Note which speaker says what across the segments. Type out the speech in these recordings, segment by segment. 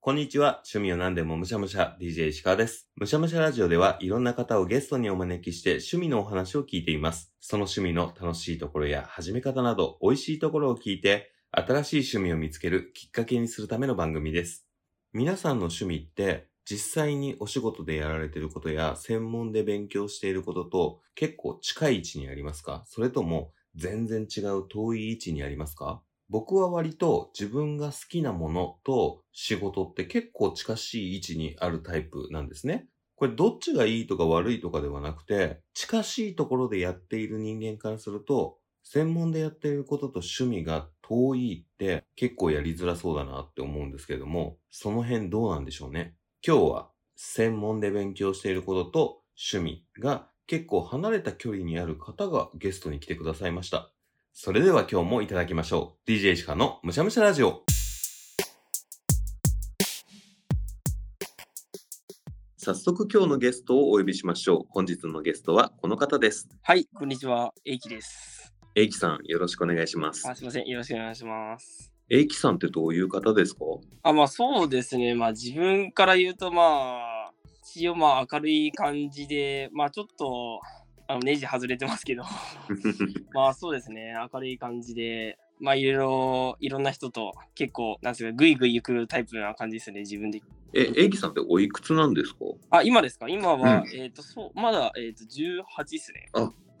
Speaker 1: こんにちは。趣味を何でもむしゃむしゃ、DJ 石川です。むしゃむしゃラジオでは、いろんな方をゲストにお招きして、趣味のお話を聞いています。その趣味の楽しいところや始め方など、美味しいところを聞いて、新しい趣味を見つけるきっかけにするための番組です。皆さんの趣味って、実際にお仕事でやられていることや、専門で勉強していることと、結構近い位置にありますかそれとも、全然違う遠い位置にありますか僕は割と自分が好きなものと仕事って結構近しい位置にあるタイプなんですね。これどっちがいいとか悪いとかではなくて、近しいところでやっている人間からすると、専門でやっていることと趣味が遠いって結構やりづらそうだなって思うんですけれども、その辺どうなんでしょうね。今日は専門で勉強していることと趣味が結構離れた距離にある方がゲストに来てくださいました。それでは今日もいただきましょう。DJ シカのむしゃむしゃラジオ。早速今日のゲストをお呼びしましょう。本日のゲストはこの方です。
Speaker 2: はい、こんにちは。えいきです。
Speaker 1: エイキさん、よろしくお願いします。
Speaker 2: あすいません。よろしくお願いします。
Speaker 1: エイキさんってどういう方です か
Speaker 2: あ、まあそうですね。まあ自分から言うと、まあ、一応まあ明るい感じで、まあちょっと、あの、ネジ外れてますけど、 まあそうですね。明るい感じで、まあいろいろ、いろんな人と結構、なんですか、ぐいぐい行くタイプな感じですね、自分で。
Speaker 1: え、エイキさんっておいくつなんですか
Speaker 2: あ、今ですか今は、
Speaker 1: うん
Speaker 2: えっ、と、そう、まだ、えっ、と、18ですね。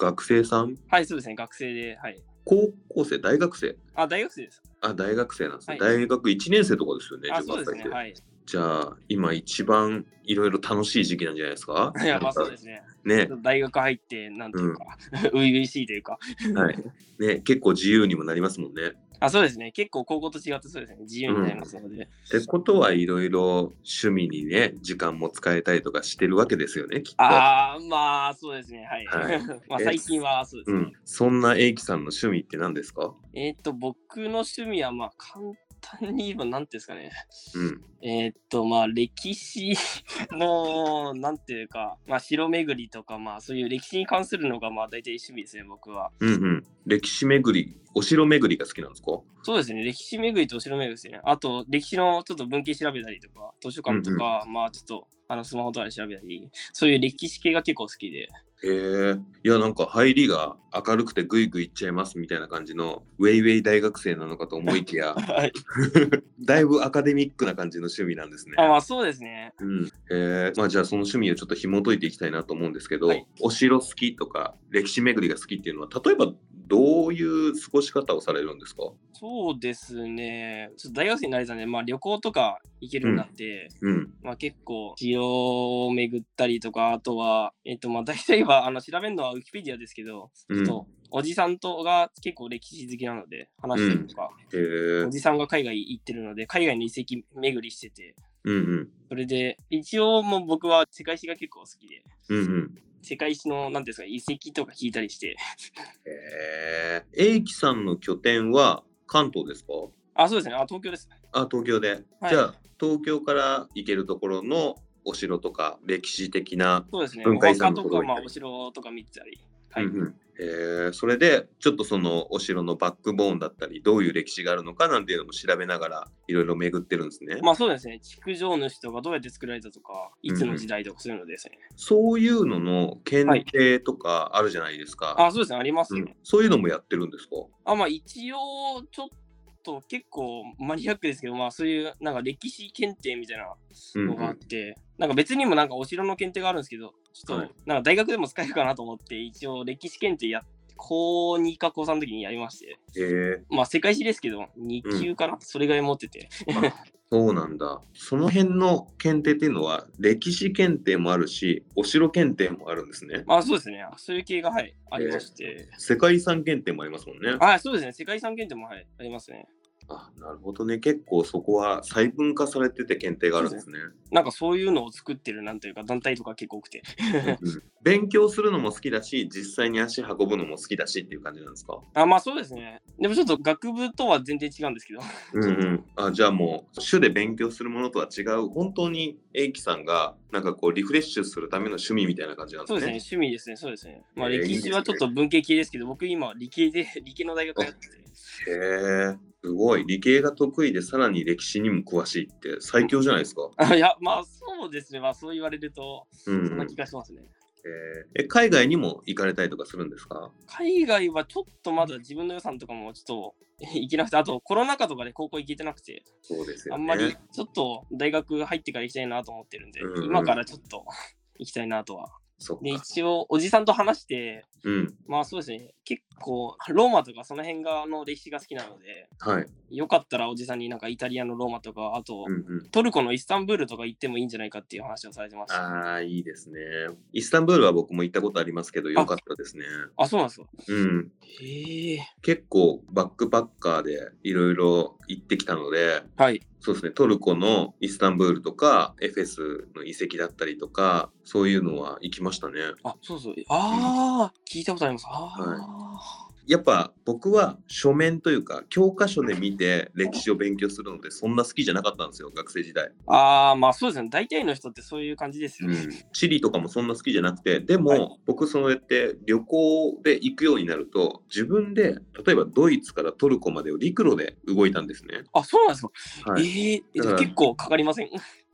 Speaker 1: 学生さん
Speaker 2: はい、そうですね。学生で、はい。
Speaker 1: 高校生大学生
Speaker 2: あ、大学生です。
Speaker 1: あ、大学生なんですね。
Speaker 2: はい
Speaker 1: 大学1年生とかですよね、
Speaker 2: あ、
Speaker 1: 18
Speaker 2: そうです
Speaker 1: 歳っ
Speaker 2: ね。
Speaker 1: て
Speaker 2: はい。
Speaker 1: じゃあ、今一番いろいろ楽しい時期なんじゃないですか
Speaker 2: いや、まあそうですね。
Speaker 1: ね
Speaker 2: 大学入って、なんていうか、初 々、しいというか、
Speaker 1: はい、ね、結構自由にもなりますもんね。
Speaker 2: あ、そうですね、結構高校と違ってそうですね、自由になりますので。
Speaker 1: ってことはいろいろ趣味にね、時間も使えたりとかしてるわけですよね、きっと。
Speaker 2: ああ、まあそうですね、はい。
Speaker 1: はい
Speaker 2: まあ最近はそうです
Speaker 1: う
Speaker 2: ね。
Speaker 1: ん、そんなエイキさんの趣味って何ですか
Speaker 2: えーっと、僕の趣味は、まあ簡単に言えば、なんていうんですかね、
Speaker 1: うん。
Speaker 2: えーっと、まあ歴史の、なんていうか、まあ城巡りとか、まあそういう歴史に関するのが、まあ大体趣味ですね、僕は。
Speaker 1: うんうん。歴史巡り、お城巡りが好きなんですか
Speaker 2: そうですね、歴史巡りとお城巡りですね。あと、歴史のちょっと文献調べたりとか、図書館とか、まあちょっと、あのスマホとかで調べたり、そういう歴史系が結構好 きで。
Speaker 1: へえ。いや、なんか入りが明るくてグイグイいっちゃいますみたいな感じの、ウェイウェイ大学生なのかと思いき や、
Speaker 2: はい。
Speaker 1: だいぶアカデミックな感じの趣味なんですね。
Speaker 2: あ、まあそうですね。
Speaker 1: うんえーまあ、じゃあその趣味をちょっと紐解いていきたいなと思うんですけど、
Speaker 2: はい
Speaker 1: お城好きとか歴史巡りが好きっていうのは例えばどういう過ごし方をされるんですか、
Speaker 2: そうですね。ちょっと大学生になれたんで、まあ旅行とか行けるようになって、
Speaker 1: うん、
Speaker 2: まあ結構、城を巡ったりとか、あとは、えっとまあ大体は、あの、調べるのはウィキペディアですけど、
Speaker 1: うん
Speaker 2: ちょっと、おじさんとが結構歴史好きなので、話したりとか、
Speaker 1: えー
Speaker 2: おじさんが海外行ってるので、海外の遺跡巡りしてて、
Speaker 1: うんうん
Speaker 2: それで、一応もう僕は世界史が結構好きで、
Speaker 1: うんうん
Speaker 2: 世界史の、なんていうんですか、遺跡とか聞いたりして、
Speaker 1: えー、英樹さんの拠点は関東ですか
Speaker 2: あ、そうですね、あ、東京です。
Speaker 1: あ東京で、
Speaker 2: はい
Speaker 1: じゃあ東京から行けるところのお城とか歴史的な、
Speaker 2: そうですね、
Speaker 1: 文
Speaker 2: お
Speaker 1: 化遺
Speaker 2: 墓
Speaker 1: 産の
Speaker 2: と
Speaker 1: ことを
Speaker 2: か、
Speaker 1: 言って、
Speaker 2: まあ
Speaker 1: る
Speaker 2: お城とか見てたり、はい。
Speaker 1: うんうんえーそれでちょっとそのお城のバックボーンだったりどういう歴史があるのかなんていうのも調べながらいろいろ巡ってるんですね。
Speaker 2: まあそうですね、築城主とかどうやって作られたとか、いつの時代とかそういうのですね。
Speaker 1: そういうのの検定とかあるじゃないですか。
Speaker 2: あ、そうですね、あります
Speaker 1: う
Speaker 2: ね。
Speaker 1: ん、そういうのもやってるんですか
Speaker 2: あ、まあ一応、ちょっと結構マニアックですけど、まあそういう、なんか歴史検定みたいな
Speaker 1: うんうん
Speaker 2: のがあって、なんか別にもなんかお城の検定があるんですけど、ちょっと、
Speaker 1: はい
Speaker 2: なんか大学でも使えるかなと思って、一応歴史検定や高2か高3の時にやりまして、
Speaker 1: へえ
Speaker 2: まあ世界史ですけど、2級かな、それぐらい持ってて。
Speaker 1: そうなんだ。その辺の検定っていうのは歴史検定もあるしお城検定もあるんですね。
Speaker 2: まあそうですね、そういう系がはい、ありまして。
Speaker 1: 世界遺産検定もありますもんね。
Speaker 2: あ、そうですね、世界遺産検定もはい、ありますね。
Speaker 1: あなるほどね。結構そこは細分化されてて検定があるんですね。
Speaker 2: なんかそういうのを作ってるなんていうか団体とか結構多くて。
Speaker 1: うんうん勉強するのも好きだし実際に足運ぶのも好きだしっていう感じなんですか
Speaker 2: あ、まあそうですね。でもちょっと学部とは全然違うんですけど。
Speaker 1: うんうん、あじゃあもう主で勉強するものとは違う本当に英樹さんがなんかこうリフレッシュするための趣味みたいな感じなんで
Speaker 2: そう
Speaker 1: す
Speaker 2: です
Speaker 1: ね。
Speaker 2: ね、趣味ですね、そうですね。まあ
Speaker 1: えー
Speaker 2: 歴史はちょっと文系系ですけど、僕今理系で、理系の大学やってて、
Speaker 1: へえ、すごい。理系が得意で、さらに歴史にも詳しいって、最強 じゃないですか。
Speaker 2: あいや、まあそうですね。まあそう言われると、
Speaker 1: うん
Speaker 2: そん
Speaker 1: う
Speaker 2: なん気がしますね。
Speaker 1: えーえ海外にも行かれたりとかするんですか
Speaker 2: 海外はちょっとまだ自分の予算とかもちょっと 行けなくて、あとコロナ禍とかで高校行けてなくて、
Speaker 1: そうですよ
Speaker 2: あ
Speaker 1: ね。
Speaker 2: んまりちょっと大学入ってから行きたいなと思ってるんで、
Speaker 1: うんうん
Speaker 2: 今からちょっと 行きたいなとは。
Speaker 1: そっか
Speaker 2: で、。一応おじさんと話して、
Speaker 1: うん。
Speaker 2: まあそうですね、結構ローマとかその辺がの歴史が好きなので、
Speaker 1: はい。
Speaker 2: よかったらおじさんになんかイタリアのローマとか、あと
Speaker 1: うんうん。
Speaker 2: トルコのイスタンブールとか行ってもいいんじゃないかっていう話をされてました。あ
Speaker 1: ああ、いいですね。イスタンブールは僕も行ったことありますけど、よかったですね。
Speaker 2: そうなんですか。
Speaker 1: うん。
Speaker 2: へえ。
Speaker 1: 結構バックパッカーでいろいろ行ってきたので、
Speaker 2: はい。
Speaker 1: そうですね、トルコのイスタンブールとか、エフェスの遺跡だったりとか、そういうのは行きましたね。
Speaker 2: あ、そうそう。ああ、聞いたことあります。あ
Speaker 1: やっぱ僕は書面というか、教科書で見て歴史を勉強するので、そんな好きじゃなかったんですよ、学生時代。
Speaker 2: あ。ああ、まあそうですね。大体の人ってそういう感じですよ
Speaker 1: う
Speaker 2: ね。
Speaker 1: ん、チリとかもそんな好きじゃなくてでも、
Speaker 2: はい
Speaker 1: 僕そうやって旅行で行くようになると自分で例えばドイツからトルコまでを陸路で動いたんですね。
Speaker 2: あ、そうなんですか。
Speaker 1: はい
Speaker 2: ええ
Speaker 1: だから
Speaker 2: 結構かかりません。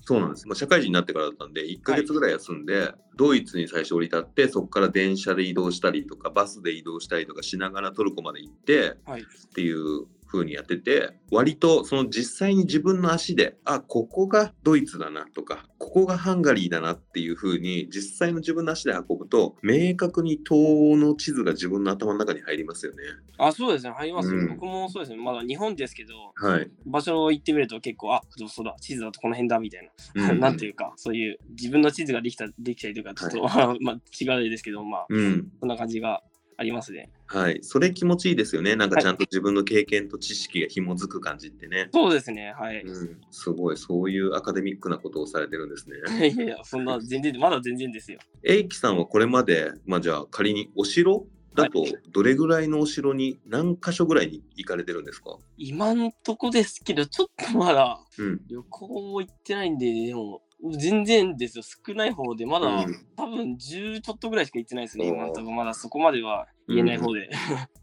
Speaker 1: そうなんです、まあ、社会人になってからだったんで1ヶ月ぐらい休んで、ドイツに最初降り立ってそこから電車で移動したりとかバスで移動したりとかしながらトルコまで行って
Speaker 2: はい。
Speaker 1: っていう風にやってて割とその実際に自分の足であここがドイツだなとかここがハンガリーだなっていう風に実際の自分の足で運ぶと明確に東欧の地図が自分の頭の中に入りますよね。
Speaker 2: あ、そうですね。入りますよ、
Speaker 1: うん
Speaker 2: 僕もそうですね。まだ日本ですけど、
Speaker 1: はい、
Speaker 2: 場所行ってみると結構、あ、そうだ、地図だとこの辺だみたいな。
Speaker 1: う
Speaker 2: なんていうか、そういう自分の地図ができたできたりとか、ちょっと、 まあ違うですけど、まあ、
Speaker 1: うん
Speaker 2: そんな感じがありますね。
Speaker 1: はい、それ気持ちいいですよね。なんか
Speaker 2: はい
Speaker 1: ちゃんと自分の経験と知識が紐づく感じってね。
Speaker 2: そうですね。はい。
Speaker 1: うん、すごい、そういうアカデミックなことをされてるんですね。
Speaker 2: いやいや、そんな全然、まだ全然ですよ。
Speaker 1: エイキさんはこれまで、まあ、じゃあ仮にお城だと
Speaker 2: はい
Speaker 1: どれぐらいのお城に何箇所ぐらいに行かれてるんですか、
Speaker 2: 今んとこですけど、ちょっとまだ
Speaker 1: うん、
Speaker 2: 旅行も行ってないんで、でも、全然ですよ。少ない方で、まだ、
Speaker 1: うん
Speaker 2: 多分10ちょっとぐらいしか行ってないですね。
Speaker 1: おー
Speaker 2: 今んとこまだそこまでは言えない方で。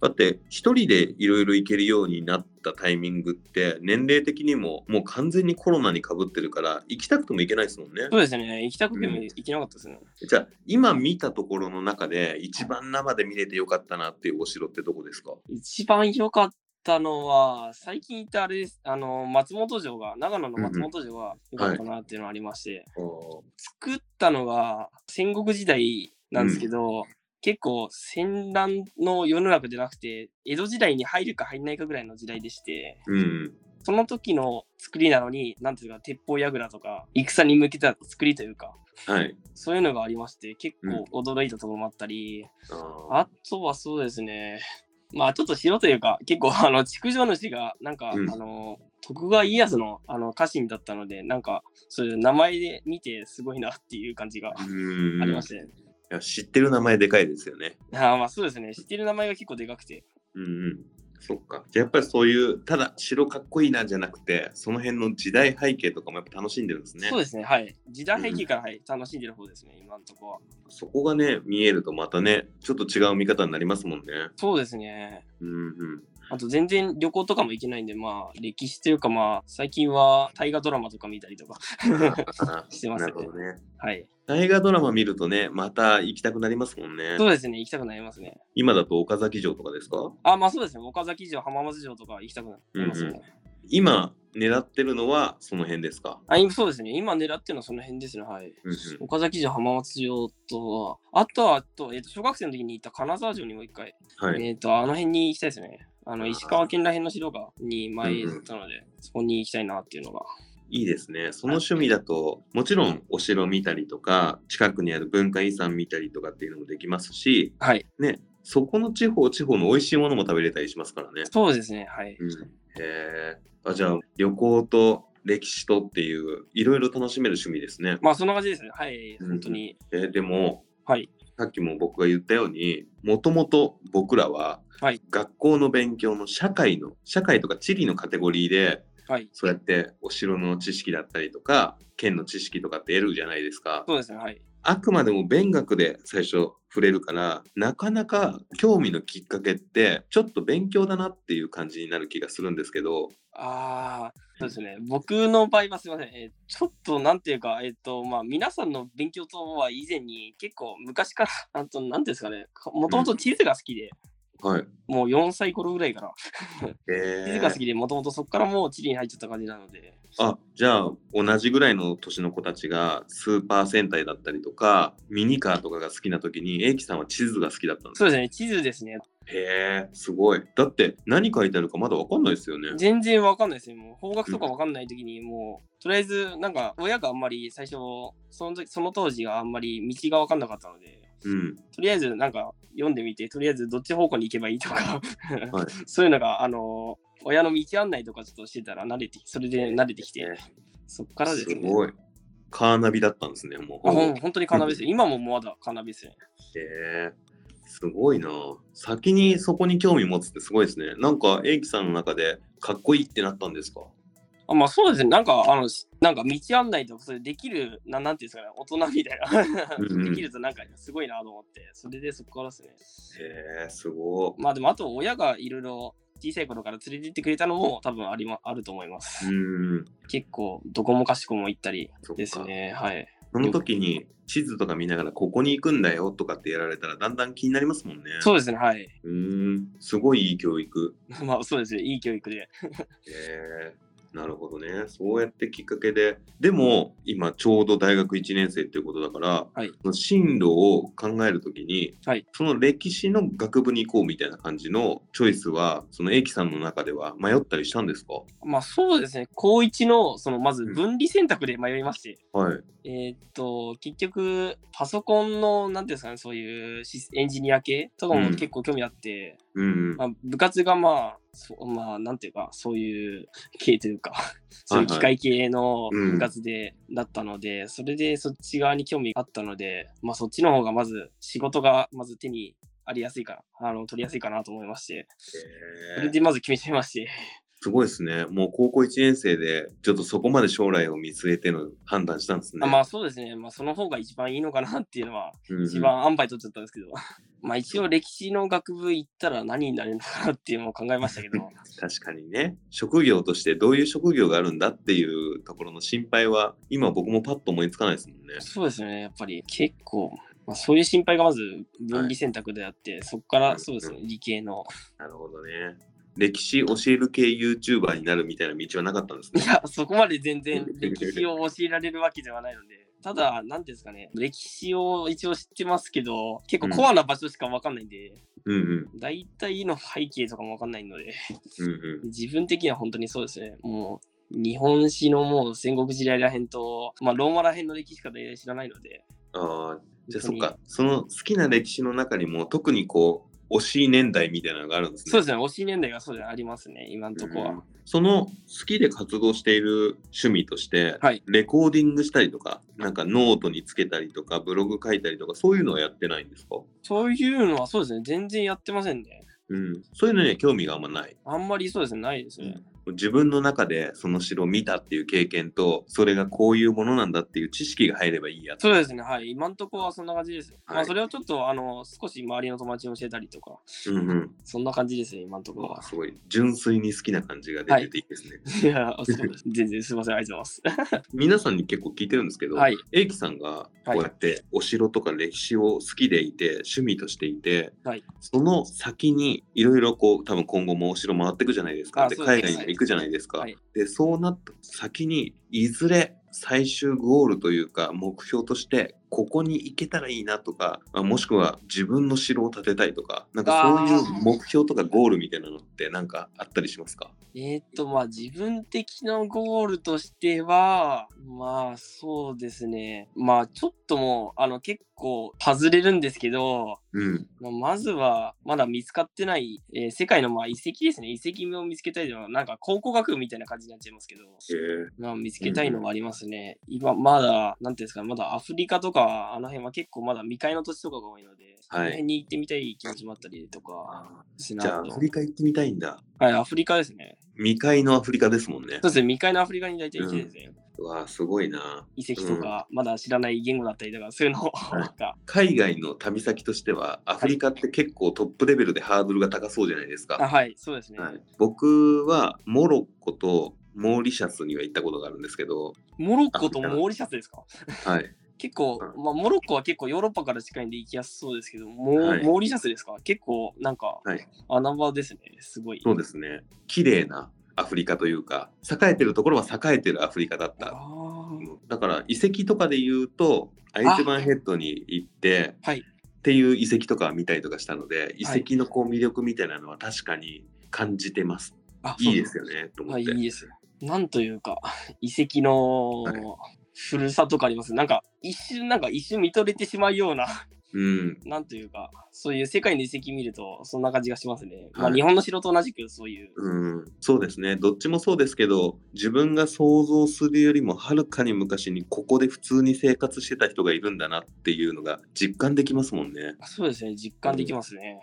Speaker 1: だって一人でいろいろ行けるようになったタイミングって年齢的にももう完全にコロナにかぶってるから行きたくても行けないですもんね
Speaker 2: そうですね。行きたくても行けなかったですね。
Speaker 1: じゃあ今見たところの中で一番生で見れてよかったなっていうお城ってどこですか
Speaker 2: 一番良かったのは、最近行ったあれです。あの、松本城が、長野の松本城が良かったなっていうのがありまして、作ったのが戦国時代なんですけど、結構戦乱の世の中でなくて、江戸時代に入るか入んないかぐらいの時代でして、
Speaker 1: うん
Speaker 2: その時の作りなのに、なんていうか、鉄砲櫓とか、戦に向けた作りというか、
Speaker 1: はい
Speaker 2: そういうのがありまして、結構驚いたところもあったり、
Speaker 1: あー
Speaker 2: あとはそうですね、まあちょっと城というか、結構あの、築城主が、なんか、
Speaker 1: うん
Speaker 2: あの、徳川家康のあの家臣だったので、なんか、そういう名前で見てすごいなっていう感じがあ
Speaker 1: うん
Speaker 2: りましたね。
Speaker 1: いや知ってる名前でかいですよね
Speaker 2: あーまあそうですね、知ってる名前が結構でかくて。
Speaker 1: うんうん。そっか。じゃあやっぱりそういう、ただ城かっこいいなじゃなくて、その辺の時代背景とかもやっぱ楽しんでるんですね。
Speaker 2: そうですね、はい。時代背景から、はい、楽しんでる方ですね、今のところは。
Speaker 1: そこがね、見えるとまたね、ちょっと違う見方になりますもんね。
Speaker 2: そうですね。
Speaker 1: うん うん。
Speaker 2: あと全然旅行とかも行けないんで、まあ歴史というかまあ最近は大河ドラマとか見たりとか
Speaker 1: あ
Speaker 2: してます
Speaker 1: な
Speaker 2: ね
Speaker 1: るほどね。
Speaker 2: はい。
Speaker 1: 大河ドラマ見るとね、また行きたくなりますもんね
Speaker 2: そ。うですね、行きたくなりますね。
Speaker 1: 今だと岡崎城とかですか
Speaker 2: あ、まあそうですね、岡崎城、浜松城とか行きたくなりますね。
Speaker 1: うんう今、狙ってるのはその辺ですか
Speaker 2: あ今そうですね、今狙ってるのはその辺ですね、はい。
Speaker 1: うんうん
Speaker 2: 岡崎城、浜松城とは、あとは、あと、えっと小学生の時に行った金沢城にも一回、
Speaker 1: はい。
Speaker 2: えっと、あの辺に行きたいですね。あの
Speaker 1: あー
Speaker 2: 石川県ら辺の城がに前
Speaker 1: うんうん
Speaker 2: 行ったので、そこに行きたいなっていうのが。
Speaker 1: いいですね。その趣味だと、もちろんお城見たりとか、近くにある文化遺産見たりとかっていうのもできますし、
Speaker 2: はい、
Speaker 1: ね、そこの地方、地方の美味しいものも食べれたりしますからね。
Speaker 2: そうですね、はい。
Speaker 1: うん、へーあじゃあ、旅行と歴史とっていう、いろいろ楽しめる趣味ですね。
Speaker 2: まあそんな感じですね、はい、
Speaker 1: うん
Speaker 2: 本当に。
Speaker 1: えーでも、
Speaker 2: はい。
Speaker 1: さっきも僕が言ったように、もともと僕らは、
Speaker 2: はい
Speaker 1: 学校の勉強の社会の、社会とか地理のカテゴリーで、
Speaker 2: はい。
Speaker 1: そうやってお城の知識だったりとか、県の知識とかって得るじゃないですか。
Speaker 2: そうですね、はい。
Speaker 1: あくまでも勉学で最初触れるから、なかなか興味のきっかけって、ちょっと勉強だなっていう感じになる気がするんですけど、
Speaker 2: ああ、そうですね。僕の場合はすみません。えーちょっとなんていうか、えっ、と、まあ、皆さんの勉強とは以前に結構昔から、なんと、なんていうんですかね、もともと地図が好きで、
Speaker 1: はい。
Speaker 2: もう4歳頃ぐらいから、地図
Speaker 1: え
Speaker 2: が好きで、もともとそこからもう地理に入っちゃった感じなので、
Speaker 1: あじゃあ同じぐらいの年の子たちがスーパー戦隊だったりとかミニカーとかが好きな時に英樹さんは地図が好きだったんです
Speaker 2: そうですね、地図ですね。
Speaker 1: へえすごいだって何書いてあるかまだ分かんないですよね
Speaker 2: 全然わかんないですね。もう方角とかわかんない時に、もう、とりあえず、なんか、親があんまり最初、その時、その当時があんまり道がわかんなかったので、
Speaker 1: うん
Speaker 2: とりあえずなんか読んでみて、とりあえずどっち方向に行けばいいとか、
Speaker 1: はい
Speaker 2: そういうのが、あの、親の道案内とかちょっとしてたら慣れて、それで慣れてきて、そっからです
Speaker 1: す
Speaker 2: ね。
Speaker 1: ごいカーナビだったんですねもう
Speaker 2: あほん本当にカーナビですね。今もまだカーナビですね。
Speaker 1: へえすごいな先にそこに興味持つってすごいですねなんか英樹さんの中でかっこいいってなったんですか
Speaker 2: あまあそうですね。なんか、あの、しなんか道案内とか、それできる、ななんていうんですかね、大人みたいな。
Speaker 1: うんうん
Speaker 2: できるとなんかすごいなと思って、それでそこからですね。
Speaker 1: へえすごい
Speaker 2: まあでも、あと親がいろいろ小さい頃から連れて行ってくれたのも多分あり、ま、あると思います。
Speaker 1: うん
Speaker 2: 結構、どこもかしこも行ったり
Speaker 1: そっか
Speaker 2: ですね。はい。
Speaker 1: その時に地図とか見ながらここに行くんだよとかってやられたらだんだん気になりますもんね。
Speaker 2: そう
Speaker 1: う
Speaker 2: ですね、はい。
Speaker 1: ーん、すごいいい教育。
Speaker 2: まあそうですね、いい教育で。
Speaker 1: へーなるほどね。そうやってきっかけで。でも、今ちょうど大学1年生っていうことだから、
Speaker 2: はい
Speaker 1: その進路を考えるときに、
Speaker 2: はい
Speaker 1: その歴史の学部に行こうみたいな感じのチョイスは、その英樹さんの中では迷ったりしたんですか
Speaker 2: まあそうですね、高一の、そのまず分離選択で迷いまして、
Speaker 1: はい。
Speaker 2: えーっと、結局、パソコンの、なんていうんですかね、そういうシスエンジニア系とかも
Speaker 1: うん
Speaker 2: 結構興味あって、
Speaker 1: うん、
Speaker 2: まあ、部活がまあ、そうまあ、なんていうか、そういう系というか、そういう機械系の
Speaker 1: うん
Speaker 2: 部活で、だったので、それでそっち側に興味があったので、まあそっちの方がまず仕事がまず手にありやすいかな、あの取りやすいかなと思いまして、そ
Speaker 1: へー
Speaker 2: れでまず決めちゃいまして、
Speaker 1: すごいですね。もう高校1年生で、ちょっとそこまで将来を見据えての判断したんですね。
Speaker 2: あまあそうですね、まあ、その方が一番いいのかなっていうのは、
Speaker 1: うんうん
Speaker 2: 一番安牌取っちゃったんですけど、まあ一応歴史の学部行ったら何になれるのかなっていうのを考えましたけど、
Speaker 1: 確かにね職業としてどういう職業があるんだっていうところの心配は今僕もパッと思いつかないですもんね。
Speaker 2: そうですね、やっぱり結構、まあ、そういう心配がまず分離選択であって、そこからそうですね、理 系の。
Speaker 1: なるほどね。歴史教える系 YouTuber になるみたいな道はなかったんです
Speaker 2: い
Speaker 1: ね。
Speaker 2: や、そこまで全然歴史を教えられるわけではないので。ただ、なんていうんですかね、歴史を一応知ってますけど、結構コアな場所しかわかんないんで、
Speaker 1: うんうん
Speaker 2: 大体の背景とかもわかんないので、
Speaker 1: うんうん。
Speaker 2: 自分的には本当にそうですね。もう日本史のもう戦国時代らへんと、まあ、ローマらへんの歴史しか大体知らないので。
Speaker 1: ああじゃあそっ
Speaker 2: 本当
Speaker 1: かその好きな歴史の中にも特にこう惜しい年代みたいなのがあるんです
Speaker 2: に。
Speaker 1: ね。
Speaker 2: そうですね、推し年代がそうでありますね、今のとこは。
Speaker 1: うんその好きで活動している趣味として、
Speaker 2: はい
Speaker 1: レコーディングしたりとかなんかノートにつけたりとかブログ書いたりとかそういうのはやってないんですか
Speaker 2: そういうのはそうですね、全然やってませんね。
Speaker 1: うん、そういうのには興味があんまない。
Speaker 2: あんまりそうですね、ないですね。
Speaker 1: 自分の中でその城を見たっていう経験と、それがこういうものなんだっていう知識が入ればいいやつ。
Speaker 2: そうですね、はい。今のところはそんな感じです。ま
Speaker 1: は
Speaker 2: あ、
Speaker 1: い
Speaker 2: それをちょっと、あの、少し周りの友達に教えたりとか、
Speaker 1: うんうん。
Speaker 2: そんな感じですね、今のところは
Speaker 1: あ。すごい。純粋に好きな感じが出てていいですね。
Speaker 2: いや、そうです。全然すいません、ありがとうございま
Speaker 1: 皆さんに結構聞いてるんですけ
Speaker 2: す。
Speaker 1: ど、
Speaker 2: はい。
Speaker 1: 英樹さんが
Speaker 2: は
Speaker 1: こ
Speaker 2: いう
Speaker 1: やってお城とか歴史を好きでいて、趣味としていて、
Speaker 2: はい
Speaker 1: その先にいろいろこう多分今後もお城回っていくじゃないですか
Speaker 2: あ
Speaker 1: で
Speaker 2: そうで
Speaker 1: 海
Speaker 2: す
Speaker 1: 外にも行くじゃないですか、
Speaker 2: はい
Speaker 1: でそうなった先にいずれ最終ゴールというか目標としてここに行けたらいいなとかあもしくは自分の城を建てたいとかなんかそういう目標とかゴールみたいなのってなんかあったりしますか
Speaker 2: えーっと、まあ、自分的なゴールとしては、まあ、そうですね。まあ、ちょっともう、あの、結構外れるんですけど、
Speaker 1: うん
Speaker 2: まあまずは、まだ見つかってない、えー世界の、まあ、遺跡ですね。遺跡を見つけたいのは、なんか考古学部みたいな感じになっちゃいますけど、
Speaker 1: へえ
Speaker 2: まあ、見つけたいのはありますね。今、まだ、なんていうんですか、まだアフリカとか、あの辺は結構まだ未開の土地とかが多いので、
Speaker 1: はい
Speaker 2: あの辺に行ってみたい気持ちもあったりとか、
Speaker 1: じ
Speaker 2: し
Speaker 1: ゃあア
Speaker 2: なと
Speaker 1: フリカ行ってみたいんだ
Speaker 2: はい、アフリカですね。
Speaker 1: 未開のアフリカですもんね
Speaker 2: そうですね、未開のアフリカに大体行きたいですね。
Speaker 1: うわあ、すごいな。
Speaker 2: 遺跡とか、まだ知らない言語だったりとか、そういうのを、
Speaker 1: い
Speaker 2: なんか、
Speaker 1: 海外の旅先としては、アフリカって結構トップレベルでハードルが高そうじゃないですか。
Speaker 2: あはい、そうですね。
Speaker 1: はい、僕はモロッコとモーリシャスには行ったことがあるんですけど、
Speaker 2: モロッコとモーリシャスですか
Speaker 1: はい、
Speaker 2: 結構、
Speaker 1: うん
Speaker 2: まあ、モロッコは結構ヨーロッパから近いんで行きやすそうですけど、モー
Speaker 1: はい
Speaker 2: モーリシャスですか結構なんか
Speaker 1: はい
Speaker 2: 穴場ですね、すごい。
Speaker 1: そうですね綺麗なアフリカというか栄えてるところは栄えてるアフリカだった
Speaker 2: あー
Speaker 1: だから遺跡とかで言うとアイズマンヘッドに行って、
Speaker 2: はい
Speaker 1: っていう遺跡とか見たりとかしたので遺
Speaker 2: はい
Speaker 1: 跡のこう魅力みたいなのは確かに感じてます、
Speaker 2: あ
Speaker 1: い、いですよねと
Speaker 2: そう
Speaker 1: 思
Speaker 2: な
Speaker 1: っ
Speaker 2: ん
Speaker 1: て、
Speaker 2: ですはい、いいです。なんというか、 遺跡の古さとかあります。なんか一瞬、なんか一瞬見とれてしまうような、
Speaker 1: うん
Speaker 2: なんというか、そういう世界の遺跡見ると、そんな感じがしますね。ま
Speaker 1: は
Speaker 2: あ
Speaker 1: い
Speaker 2: 日本の城と同じくそういう。
Speaker 1: うん、そうですねどっちもそうですけど自分が想像するよりもはるかに昔にここで普通に生活してた人がいるんだなっていうのが実感できますもんね
Speaker 2: あそうですね、実感できますね。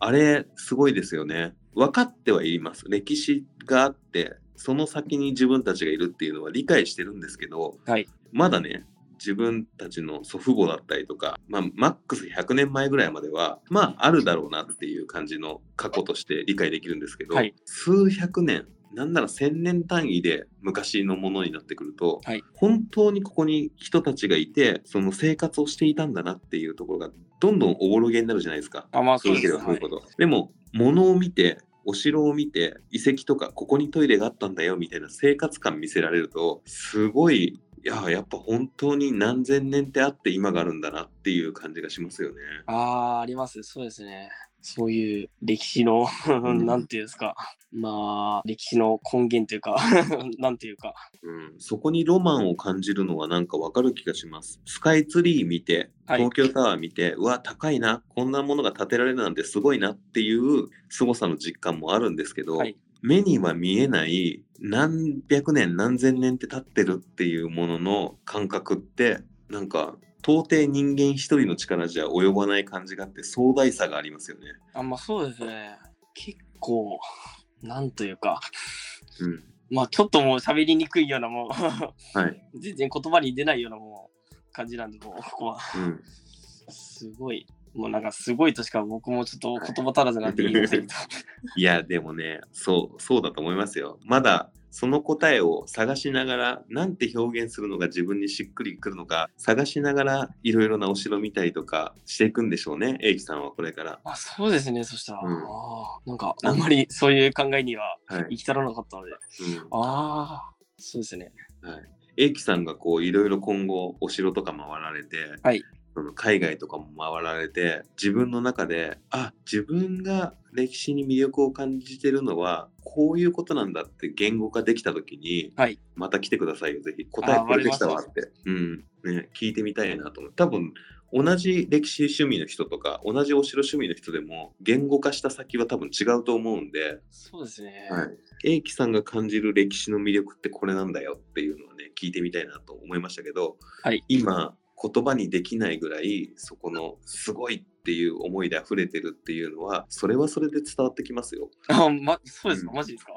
Speaker 1: あれすごいですよね分かってはいます歴史があってその先に自分たちがいるっていうのは理解してるんですけど、
Speaker 2: はい
Speaker 1: まだね自分たちの祖父母だったりとか、まあ、マックス100年前ぐらいまではまああるだろうなっていう感じの過去として理解できるんですけど、
Speaker 2: はい
Speaker 1: 数百年なんなら千年単位で昔のものになってくると、
Speaker 2: はい
Speaker 1: 本当にここに人たちがいてその生活をしていたんだなっていうところがどんどんおぼろげになるじゃないですか。
Speaker 2: あ、まあそ
Speaker 1: そううけ
Speaker 2: ですね。
Speaker 1: どそういう
Speaker 2: は
Speaker 1: こ
Speaker 2: い
Speaker 1: と。でも、物を見て、お城を見て、遺跡とか、ここにトイレがあったんだよみたいな生活感見せられると、すごい、いや、やっぱ本当に何千年ってあって今があるんだなっていう感じがしますよね。
Speaker 2: ああ、あります。そうですね。そういう歴史の、
Speaker 1: ん
Speaker 2: なんていうんですか。まあ、歴史の根源というか、 なんていうか。
Speaker 1: うん、そこにロマンを感じるのはなんかわかる気がします。スカイツリー見て、
Speaker 2: はい
Speaker 1: 東京タワー見て、うわ、高いな、こんなものが建てられるなんてすごいなっていう凄さの実感もあるんですけど、
Speaker 2: はい
Speaker 1: 目には見えない何百年何千年って経ってるっていうものの感覚って、なんか到底人間一人の力じゃ及ばない感じがあって壮大さがありますよね。
Speaker 2: あまあ、そうですね。結構、なんというか。
Speaker 1: うん。
Speaker 2: まあ、ちょっともう喋りにくいよう な、もう、
Speaker 1: はい。
Speaker 2: 全然言葉に出ないような、もう、感じなんで、もう、ここは、
Speaker 1: うん。
Speaker 2: すごい。もうなんか、すごいとしか僕もちょっと言葉足らずなんて言いません けど。
Speaker 1: いや、でもね、そう、そうだと思いますよ。まだ、その答えを探しながら、なんて表現するのが自分にしっくりくるのか、探しながら、いろいろなお城見たりとかしていくんでしょうね、英樹さんはこれから。
Speaker 2: あそうですね、そしたら。
Speaker 1: うん
Speaker 2: あーなんか、あんまりそういう考えには
Speaker 1: はい。
Speaker 2: 行きたらなかったので。ああ、そうですね。
Speaker 1: うんはい、英樹さんがこう、いろいろ今後、お城とか回られて、
Speaker 2: はい
Speaker 1: その海外とかも回られて、自分の中で、あ、自分が歴史に魅力を感じてるのは、こういうことなんだって言語化できたときに、
Speaker 2: はい。
Speaker 1: また来てくださいよ、ぜひ。答え
Speaker 2: あー
Speaker 1: これできたわ
Speaker 2: わ
Speaker 1: っ
Speaker 2: か
Speaker 1: て。うん。ね、聞いてみたいなと思う。多分、同じ歴史趣味の人とか、同じお城趣味の人でも、言語化した先は多分違うと思うんで、
Speaker 2: そうですね。
Speaker 1: い。英樹さんが感じる歴史の魅力ってこれなんだよっていうのはね、聞いてみたいなと思いましたけど、
Speaker 2: はい
Speaker 1: 今、言葉にできないぐらい、そこのすごいっていう思いで溢れてるっていうのは、それはそれで伝わってきますよ。
Speaker 2: あ、ま、そうですか、
Speaker 1: うん
Speaker 2: マジですか。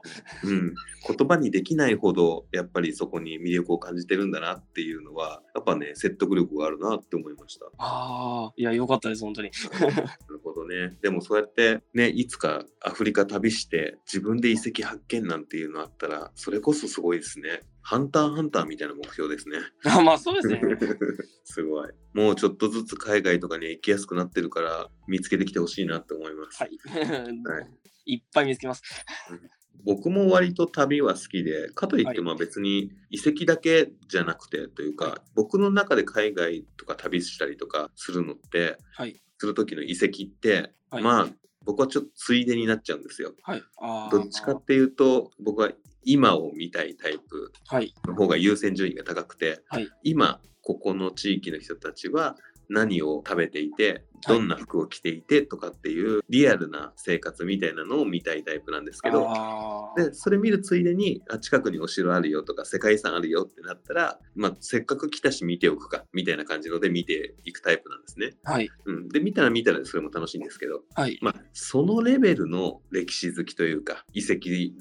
Speaker 1: うん、言葉にできないほどやっぱりそこに魅力を感じてるんだなっていうのはやっぱね説得力があるなって思いました。
Speaker 2: ああ、いや、よかったです、本当に。
Speaker 1: なるほどねでもそうやってねいつかアフリカ旅して自分で遺跡発見なんていうのあったらそれこそすごいですね。ハンターハンターみたいな目標ですね。
Speaker 2: あまあ、そうです ね。
Speaker 1: すごい。もうちょっとずつ海外とかに行きやすくなってるから見つけてきてほしいなって思います。
Speaker 2: はい。
Speaker 1: はい
Speaker 2: いっぱい見つけます。
Speaker 1: 僕も割と旅は好きで、かといっ
Speaker 2: は
Speaker 1: て
Speaker 2: い
Speaker 1: まあ別に遺跡だけじゃなくてというか、
Speaker 2: は
Speaker 1: 僕の中で海外とか旅したりとかするのって、
Speaker 2: はい。
Speaker 1: する時の遺跡って、
Speaker 2: はい、
Speaker 1: まあ僕はちょっとついでになっちゃうんですよ。
Speaker 2: はい。あー
Speaker 1: どっちかっていうと、僕は今を見たいタイプ
Speaker 2: はい。
Speaker 1: の方が優先順位が高くて、
Speaker 2: はい
Speaker 1: 今ここの地域の人たちは何を食べていてどんな服を着ていてとかっていうリアルな生活みたいなのを見たいタイプなんですけど、
Speaker 2: あー
Speaker 1: でそれ見るついでにあ近くにお城あるよとか世界遺産あるよってなったら、まあ、せっかく来たし見ておくかみたいな感じので見ていくタイプなんですね。
Speaker 2: はい。
Speaker 1: うん、で見たら見たらそれも楽しいんですけど、
Speaker 2: はい。
Speaker 1: まあ、そのレベルの歴史好きというか遺跡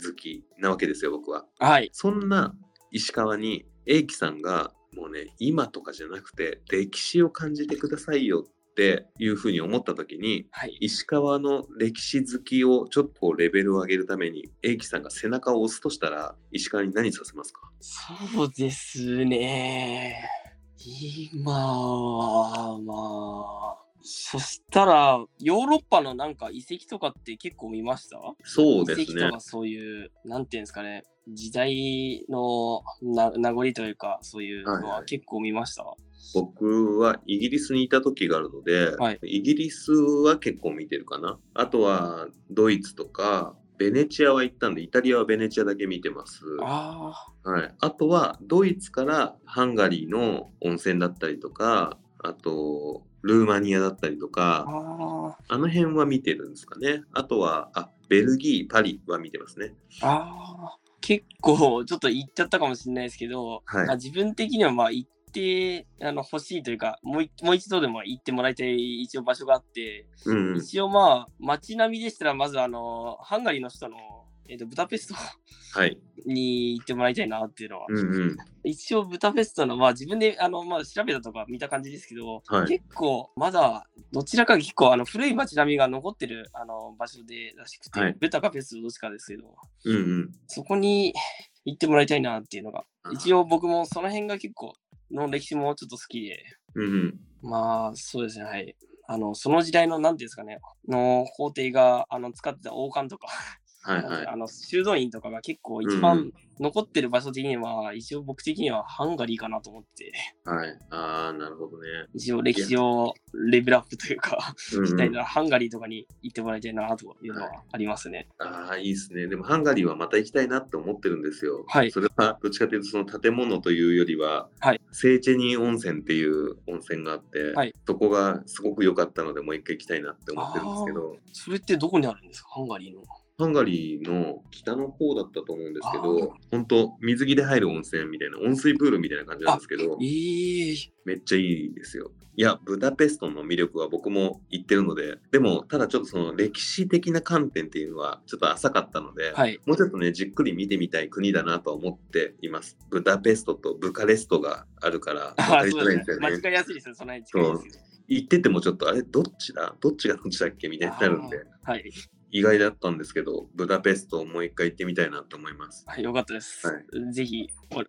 Speaker 1: 好きなわけですよ僕は。
Speaker 2: はい。
Speaker 1: そんな石川に英樹さんがもうね今とかじゃなくて歴史を感じてくださいよっていうふうに思った時に
Speaker 2: はい。
Speaker 1: 石川の歴史好きをちょっとこうレベルを上げるために英樹さんが背中を押すとしたら石川に何させますか
Speaker 2: そうですね。今は、まあ、そしたら、ヨーロッパのなんか遺跡とかって結構見ました
Speaker 1: そう
Speaker 2: 遺跡とかそういう、なんていうんですかね、時代のな名残というか、そういうの
Speaker 1: はい
Speaker 2: は
Speaker 1: はい
Speaker 2: 結構見ました。
Speaker 1: 僕はイギリスにいた時があるので、
Speaker 2: はい
Speaker 1: イギリスは結構見てるかなあとはドイツとかベネチアは行ったんでイタリアはベネチアだけ見てます
Speaker 2: あ
Speaker 1: はい、あとはドイツからハンガリーの温泉だったりとかあとルーマニアだったりと
Speaker 2: あ、
Speaker 1: か
Speaker 2: ああ、
Speaker 1: あの辺は見てるんですかねあとはあベルギーパリは見てますね
Speaker 2: ああ、結構ちょっと言っちゃったかもしれないですけど、
Speaker 1: はい
Speaker 2: まあ自分的にはまあ行ってあの欲しいというかもういもう一度でも行ってもらいたい一応場所があって、
Speaker 1: うんうん
Speaker 2: 一応まあ街並みでしたらまずあのハンガリーの人の、えー、とブダペスト
Speaker 1: はい
Speaker 2: に行ってもらいたいなっていうのは、
Speaker 1: うんうん
Speaker 2: 一応ブダペストのまあ自分であの、まあ、調べたとか見た感じですけど、
Speaker 1: はい
Speaker 2: 結構まだどちらかが結構あの古い街並みが残ってるあの場所でらしくて、
Speaker 1: はい
Speaker 2: ブタかペストどっちかですけど
Speaker 1: うんうん
Speaker 2: そこに行ってもらいたいなっていうのが
Speaker 1: あ
Speaker 2: 一応僕もその辺が結構の歴史もちょっと好きで
Speaker 1: うんうん
Speaker 2: まあそうですねはいあのその時代の何ていうんですかねの皇帝があの使ってた王冠とか、
Speaker 1: はいはい
Speaker 2: あの修道院とかが結構一
Speaker 1: うんう
Speaker 2: 番残ってる場所的には、一応僕的にはハンガリーかなと思って
Speaker 1: はいああなるほどね
Speaker 2: 一応歴史をレベルアップというか、
Speaker 1: うん
Speaker 2: し
Speaker 1: う
Speaker 2: たい
Speaker 1: ん
Speaker 2: なハンガリーとかに行ってもらいたいなというのはありますね。
Speaker 1: ああ、いいですね。でもハンガリーはまた行きたいなって思ってるんですよ。
Speaker 2: はい
Speaker 1: それはどっちかというと、その建物というよりは、
Speaker 2: はい
Speaker 1: セーチェニー温泉っていう温泉があって、
Speaker 2: はい
Speaker 1: そこがすごく良かったので、もう一回行きたいなって思ってるんですけど、
Speaker 2: それってどこにあるんですかハンガリーの。
Speaker 1: ハンガリーの北の方だったと思うんですけ
Speaker 2: あー
Speaker 1: ど、本当水着で入る温泉みたいな、温水プールみたいな感じなんですけど
Speaker 2: え、え
Speaker 1: めっちゃいいですよ。いや、ブダペストの魅力は僕も行ってるので、でも、ただちょっとその歴史的な観点っていうのはちょっと浅かったので、
Speaker 2: はい。
Speaker 1: もうちょっとね、じっくり見てみたい国だなとは思っています。ブダペストとブカレストがあるから、分
Speaker 2: あ
Speaker 1: か
Speaker 2: あ、
Speaker 1: り
Speaker 2: そ
Speaker 1: づ
Speaker 2: う
Speaker 1: らい
Speaker 2: で
Speaker 1: んです
Speaker 2: す
Speaker 1: よ
Speaker 2: ね。間
Speaker 1: ね。
Speaker 2: 違いやすいですね、その辺近いですね
Speaker 1: 行っててもちょっと、あれ、どっちだどっちがどっちだっけみたいになるんで、
Speaker 2: あーはい。
Speaker 1: 意外だったんですけど、ブダペストをもう一回行ってみたいなと思います。
Speaker 2: はい、よかったです。
Speaker 1: は
Speaker 2: ぜひおい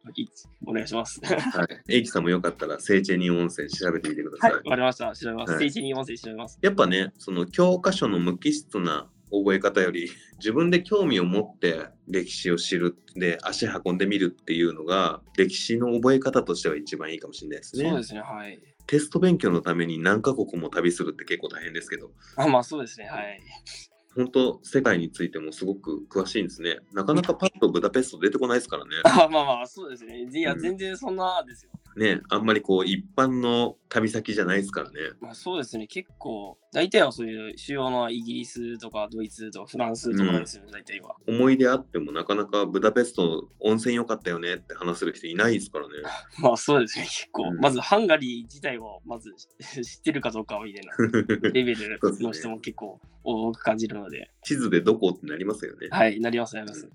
Speaker 2: お願いします。
Speaker 1: はい。エイキさんもよかったら、セーチェニー温泉調べてみてくだ
Speaker 2: は
Speaker 1: さ
Speaker 2: い、
Speaker 1: い。
Speaker 2: わかりました。調べます。
Speaker 1: はい
Speaker 2: 聖地に音声調べます。
Speaker 1: やっぱね、その教科書の無機質な覚え方より、 自分で興味を持って歴史を知る、で、足運んでみるっていうのが、歴史の覚え方としては一番いいかもしれないですね。
Speaker 2: そうですね、はい。
Speaker 1: テスト勉強のために何カ国も旅するって結構大変ですけど、
Speaker 2: あ、まあそうですね、はい。
Speaker 1: 本当世界についてもすごく詳しいんですね。なかなかパッとブダペスト出てこないですからね。
Speaker 2: あまあまあ、そうですね。いや、
Speaker 1: うん
Speaker 2: 全然そんなですよ。
Speaker 1: ね、あんまりこう一般の旅先じゃないですからね。
Speaker 2: まあそうですね、結構、大体はそういう主要なイギリスとかドイツとかフランスとかなんですよね、大体は。
Speaker 1: 思い出あってもなかなかブダペスト温泉良かったよねって話する人いないですからね。
Speaker 2: まあそうですね、結構、
Speaker 1: うん
Speaker 2: まずハンガリー自体をまず知ってるかどうか みたいなレベルの人も結構多く感じるので。
Speaker 1: 地図でどこってなりますよね。
Speaker 2: はい、なります、なります。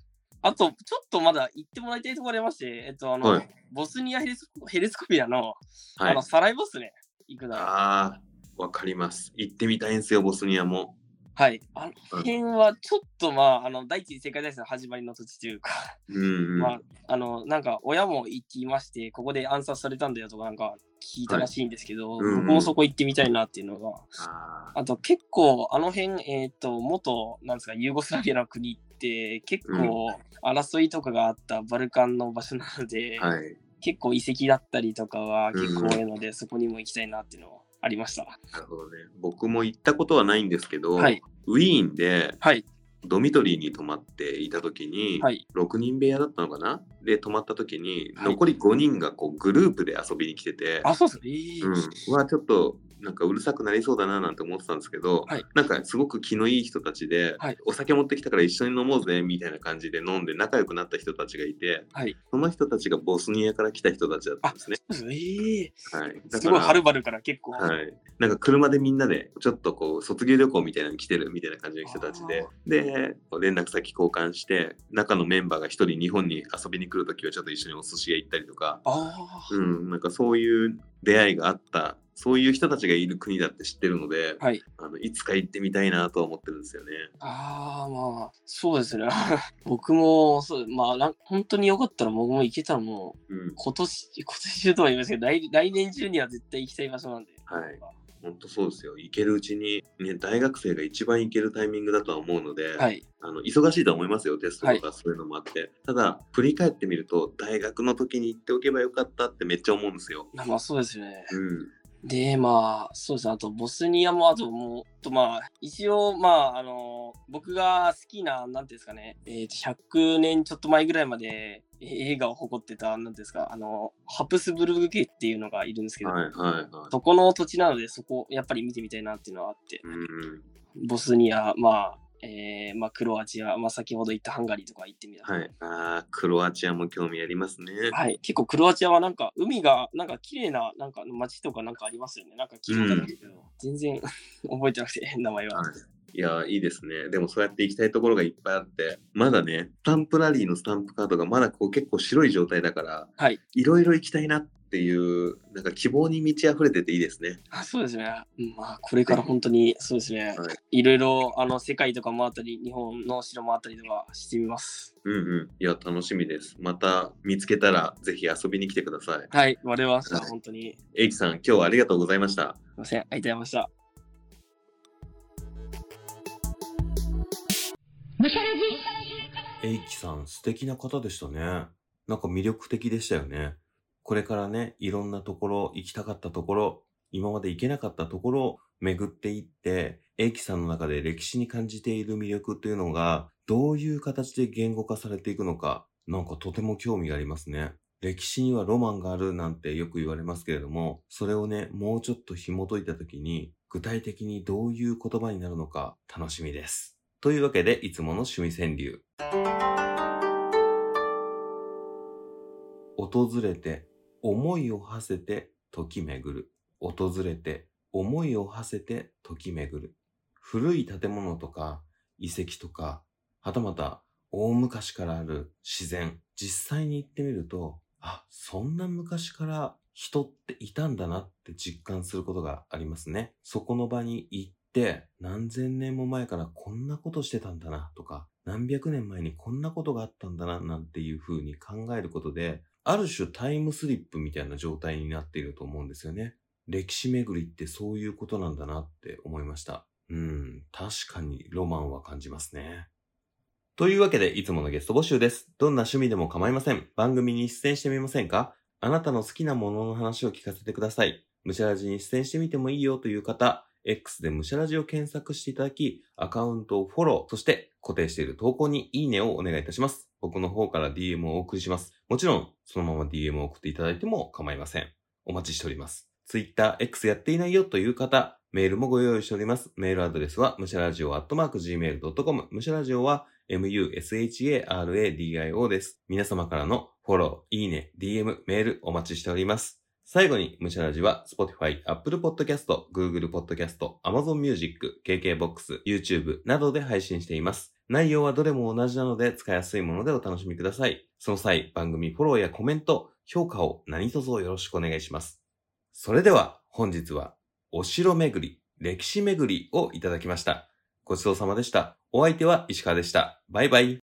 Speaker 2: あと、ちょっとまだ行ってもらいたいところありまして、えっと、あの、
Speaker 1: はい
Speaker 2: ボスニアヘルスヘルスコピアの、
Speaker 1: は
Speaker 2: あ
Speaker 1: い
Speaker 2: の、。サライボスね、行くなら。
Speaker 1: ああ、わかります。行ってみたいんですよ、ボスニアも。
Speaker 2: はい。あの
Speaker 1: うん
Speaker 2: 辺は、ちょっと、まあ、あの、第一次世界大戦の始まりの土地というか、
Speaker 1: うん、うん。
Speaker 2: まあ、あの、なんか、親も行きまして、ここで暗殺されたんだよとか、なんか、聞いたらしいんですけど、
Speaker 1: はいうんうん
Speaker 2: 僕もそこ行ってみたいなっていうのが、
Speaker 1: あー
Speaker 2: あと結構あの辺、えっ、と、元、なんですか、ユーゴスラビアの国って結構争いとかがあったバルカンの場所なので、
Speaker 1: はい。
Speaker 2: 結構遺跡だったりとかは結構
Speaker 1: うん
Speaker 2: 多いので、そこにも行きたいなっていうのはありました。
Speaker 1: なるほどね。僕も行ったことはないんですけど、
Speaker 2: はい。
Speaker 1: ウィーンで
Speaker 2: はい。
Speaker 1: ドミトリーに泊まっていた時に、
Speaker 2: はい。
Speaker 1: 6人部屋だったのかなで泊まった時に
Speaker 2: はい
Speaker 1: 残り5人がこうグループで遊びに来てて、
Speaker 2: あ、そうですね。えー
Speaker 1: うん、うわちょっとなんかうるさくなりそうだななんて思ってたんですけど、
Speaker 2: はい
Speaker 1: なんかすごく気のいい人たちで、
Speaker 2: はい
Speaker 1: お酒持ってきたから一緒に飲もうぜみたいな感じで飲んで仲良くなった人たちがいて、
Speaker 2: はい
Speaker 1: その人たちがボスニアから来た人たちだったんですね。
Speaker 2: ええ
Speaker 1: はい、だ
Speaker 2: す
Speaker 1: か
Speaker 2: ごい
Speaker 1: ら
Speaker 2: はるばるから結構。
Speaker 1: はい、なんか車でみんなでちょっとこう卒業旅行みたいなの来てるみたいな感じの人たちでで連絡先交換して中のメンバーが一人日本に遊びに来る時はちょっと一緒にお寿司屋行ったりとか、
Speaker 2: ああ、
Speaker 1: うん、なんかそういう出会いがあったそういう人たちがいる国だって知ってるので、
Speaker 2: はい。
Speaker 1: あのいつか行ってみたいなとは思ってるんですよね。
Speaker 2: ああ、まあ、そうですね。 僕も、そう、まあ、なん本当によかったら僕も行けたらもう、
Speaker 1: うん、
Speaker 2: 今年、今年中とは言いますけど、来来年中には絶対行きたい場所なんで。
Speaker 1: はい本当そうですよ行けるうちに、ね、大学生が一番行けるタイミングだとは思うので、
Speaker 2: はい。
Speaker 1: あの忙しいとは思いますよテストとかそういうのもあって、ただ振り返ってみると大学の時に行っておけばよかったってめっちゃ思うんですよ。
Speaker 2: まあまあ、そうですよね。
Speaker 1: うん、
Speaker 2: で、まあ、そうですね。あと、ボスニアも、あともう、あとまあ、一応、まあ、あの、僕が好きな、なんていうんですかね、えーと、100年ちょっと前ぐらいまで、えー映画を誇ってた、なんていうんですか、あの、ハプスブルグ家っていうのがいるんですけど、
Speaker 1: はいはいはい。
Speaker 2: そこの土地なので、そこ、やっぱり見てみたいなっていうのはあって、
Speaker 1: うん、
Speaker 2: ボスニア、まあ、えーまあ、クロアチア、まあ、先ほど言ったハンガリーとか行ってみた。
Speaker 1: はい、あークロアチアも興味ありますね。
Speaker 2: はい、結構クロアチアはなんか海がなんか綺麗ななんか街とかなんかありますよね。なんか聞いたことあるけど、全然 覚えてなくて、名前は。
Speaker 1: はいいやーいいですね。でもそうやって行きたいところがいっぱいあって、まだね、スタンプラリーのスタンプカードがまだこう結構白い状態だから、
Speaker 2: はい、
Speaker 1: ろいろ行きたいなっていう、なんか希望に満ち溢れてていいですね。
Speaker 2: あそうですね。うんまあ、これから本当にそうですね。、
Speaker 1: はい
Speaker 2: ろいろあの世界とか回ったり、日本の城回ったりとかしてみます。
Speaker 1: うんうん。いや、楽しみです。また見つけたらぜひ遊びに来てください。
Speaker 2: はい、我々
Speaker 1: は
Speaker 2: は
Speaker 1: い
Speaker 2: 本当にす
Speaker 1: エイキさん、今日はありがとうございました。
Speaker 2: いません。ありがとうございました。
Speaker 3: むしゃらじ
Speaker 1: エイキさん、素敵な方でしたね。なんか魅力的でしたよね。これからね、いろんなところ、行きたかったところ、今まで行けなかったところを巡っていって、エイキさんの中で歴史に感じている魅力というのが、どういう形で言語化されていくのか、なんかとても興味がありますね。歴史にはロマンがあるなんてよく言われますけれども、それをね、もうちょっと紐解いたときに、具体的にどういう言葉になるのか楽しみです。というわけで、いつもの趣味川柳。訪れて思いを馳せて時巡る訪れて思いを馳せて時巡る古い建物とか遺跡とかはたまた大昔からある自然実際に行ってみるとあそんな昔から人っていたんだなって実感することがありますねそこの場に行って何千年も前からこんなことしてたんだなとか何百年前にこんなことがあったんだななんていう風に考えることである種タイムスリップみたいな状態になっていると思うんですよね。歴史巡りってそういうことなんだなって思いました。うん、確かにロマンは感じますね。というわけで、いつものゲスト募集です。どんな趣味でも構いません。番組に出演してみませんかあなたの好きなものの話を聞かせてください。むしゃらじに出演してみてもいいよという方、X でむしゃらじを検索していただき、アカウントをフォロー、そして固定している投稿にいいねをお願いいたします。僕の方から DM をお送りします。もちろん、そのまま DM を送っていただいても構いません。お待ちしております。Twitter、X やっていないよという方、メールもご用意しております。メールアドレスは、むしゃらじお gmail.com。むしゃらじおは、musharadio です。皆様からのフォロー、いいね、DM、メールお待ちしております。最後に、ムシャラジは Spotify、Apple Podcast、Google Podcast、Amazon Music、KKBOX、YouTube などで配信しています。内容はどれも同じなので使いやすいものでお楽しみください。その際、番組フォローやコメント、評価を何卒よろしくお願いします。それでは、本日は、お城巡り、歴史巡りをいただきました。ごちそうさまでした。お相手は石川でした。バイバイ。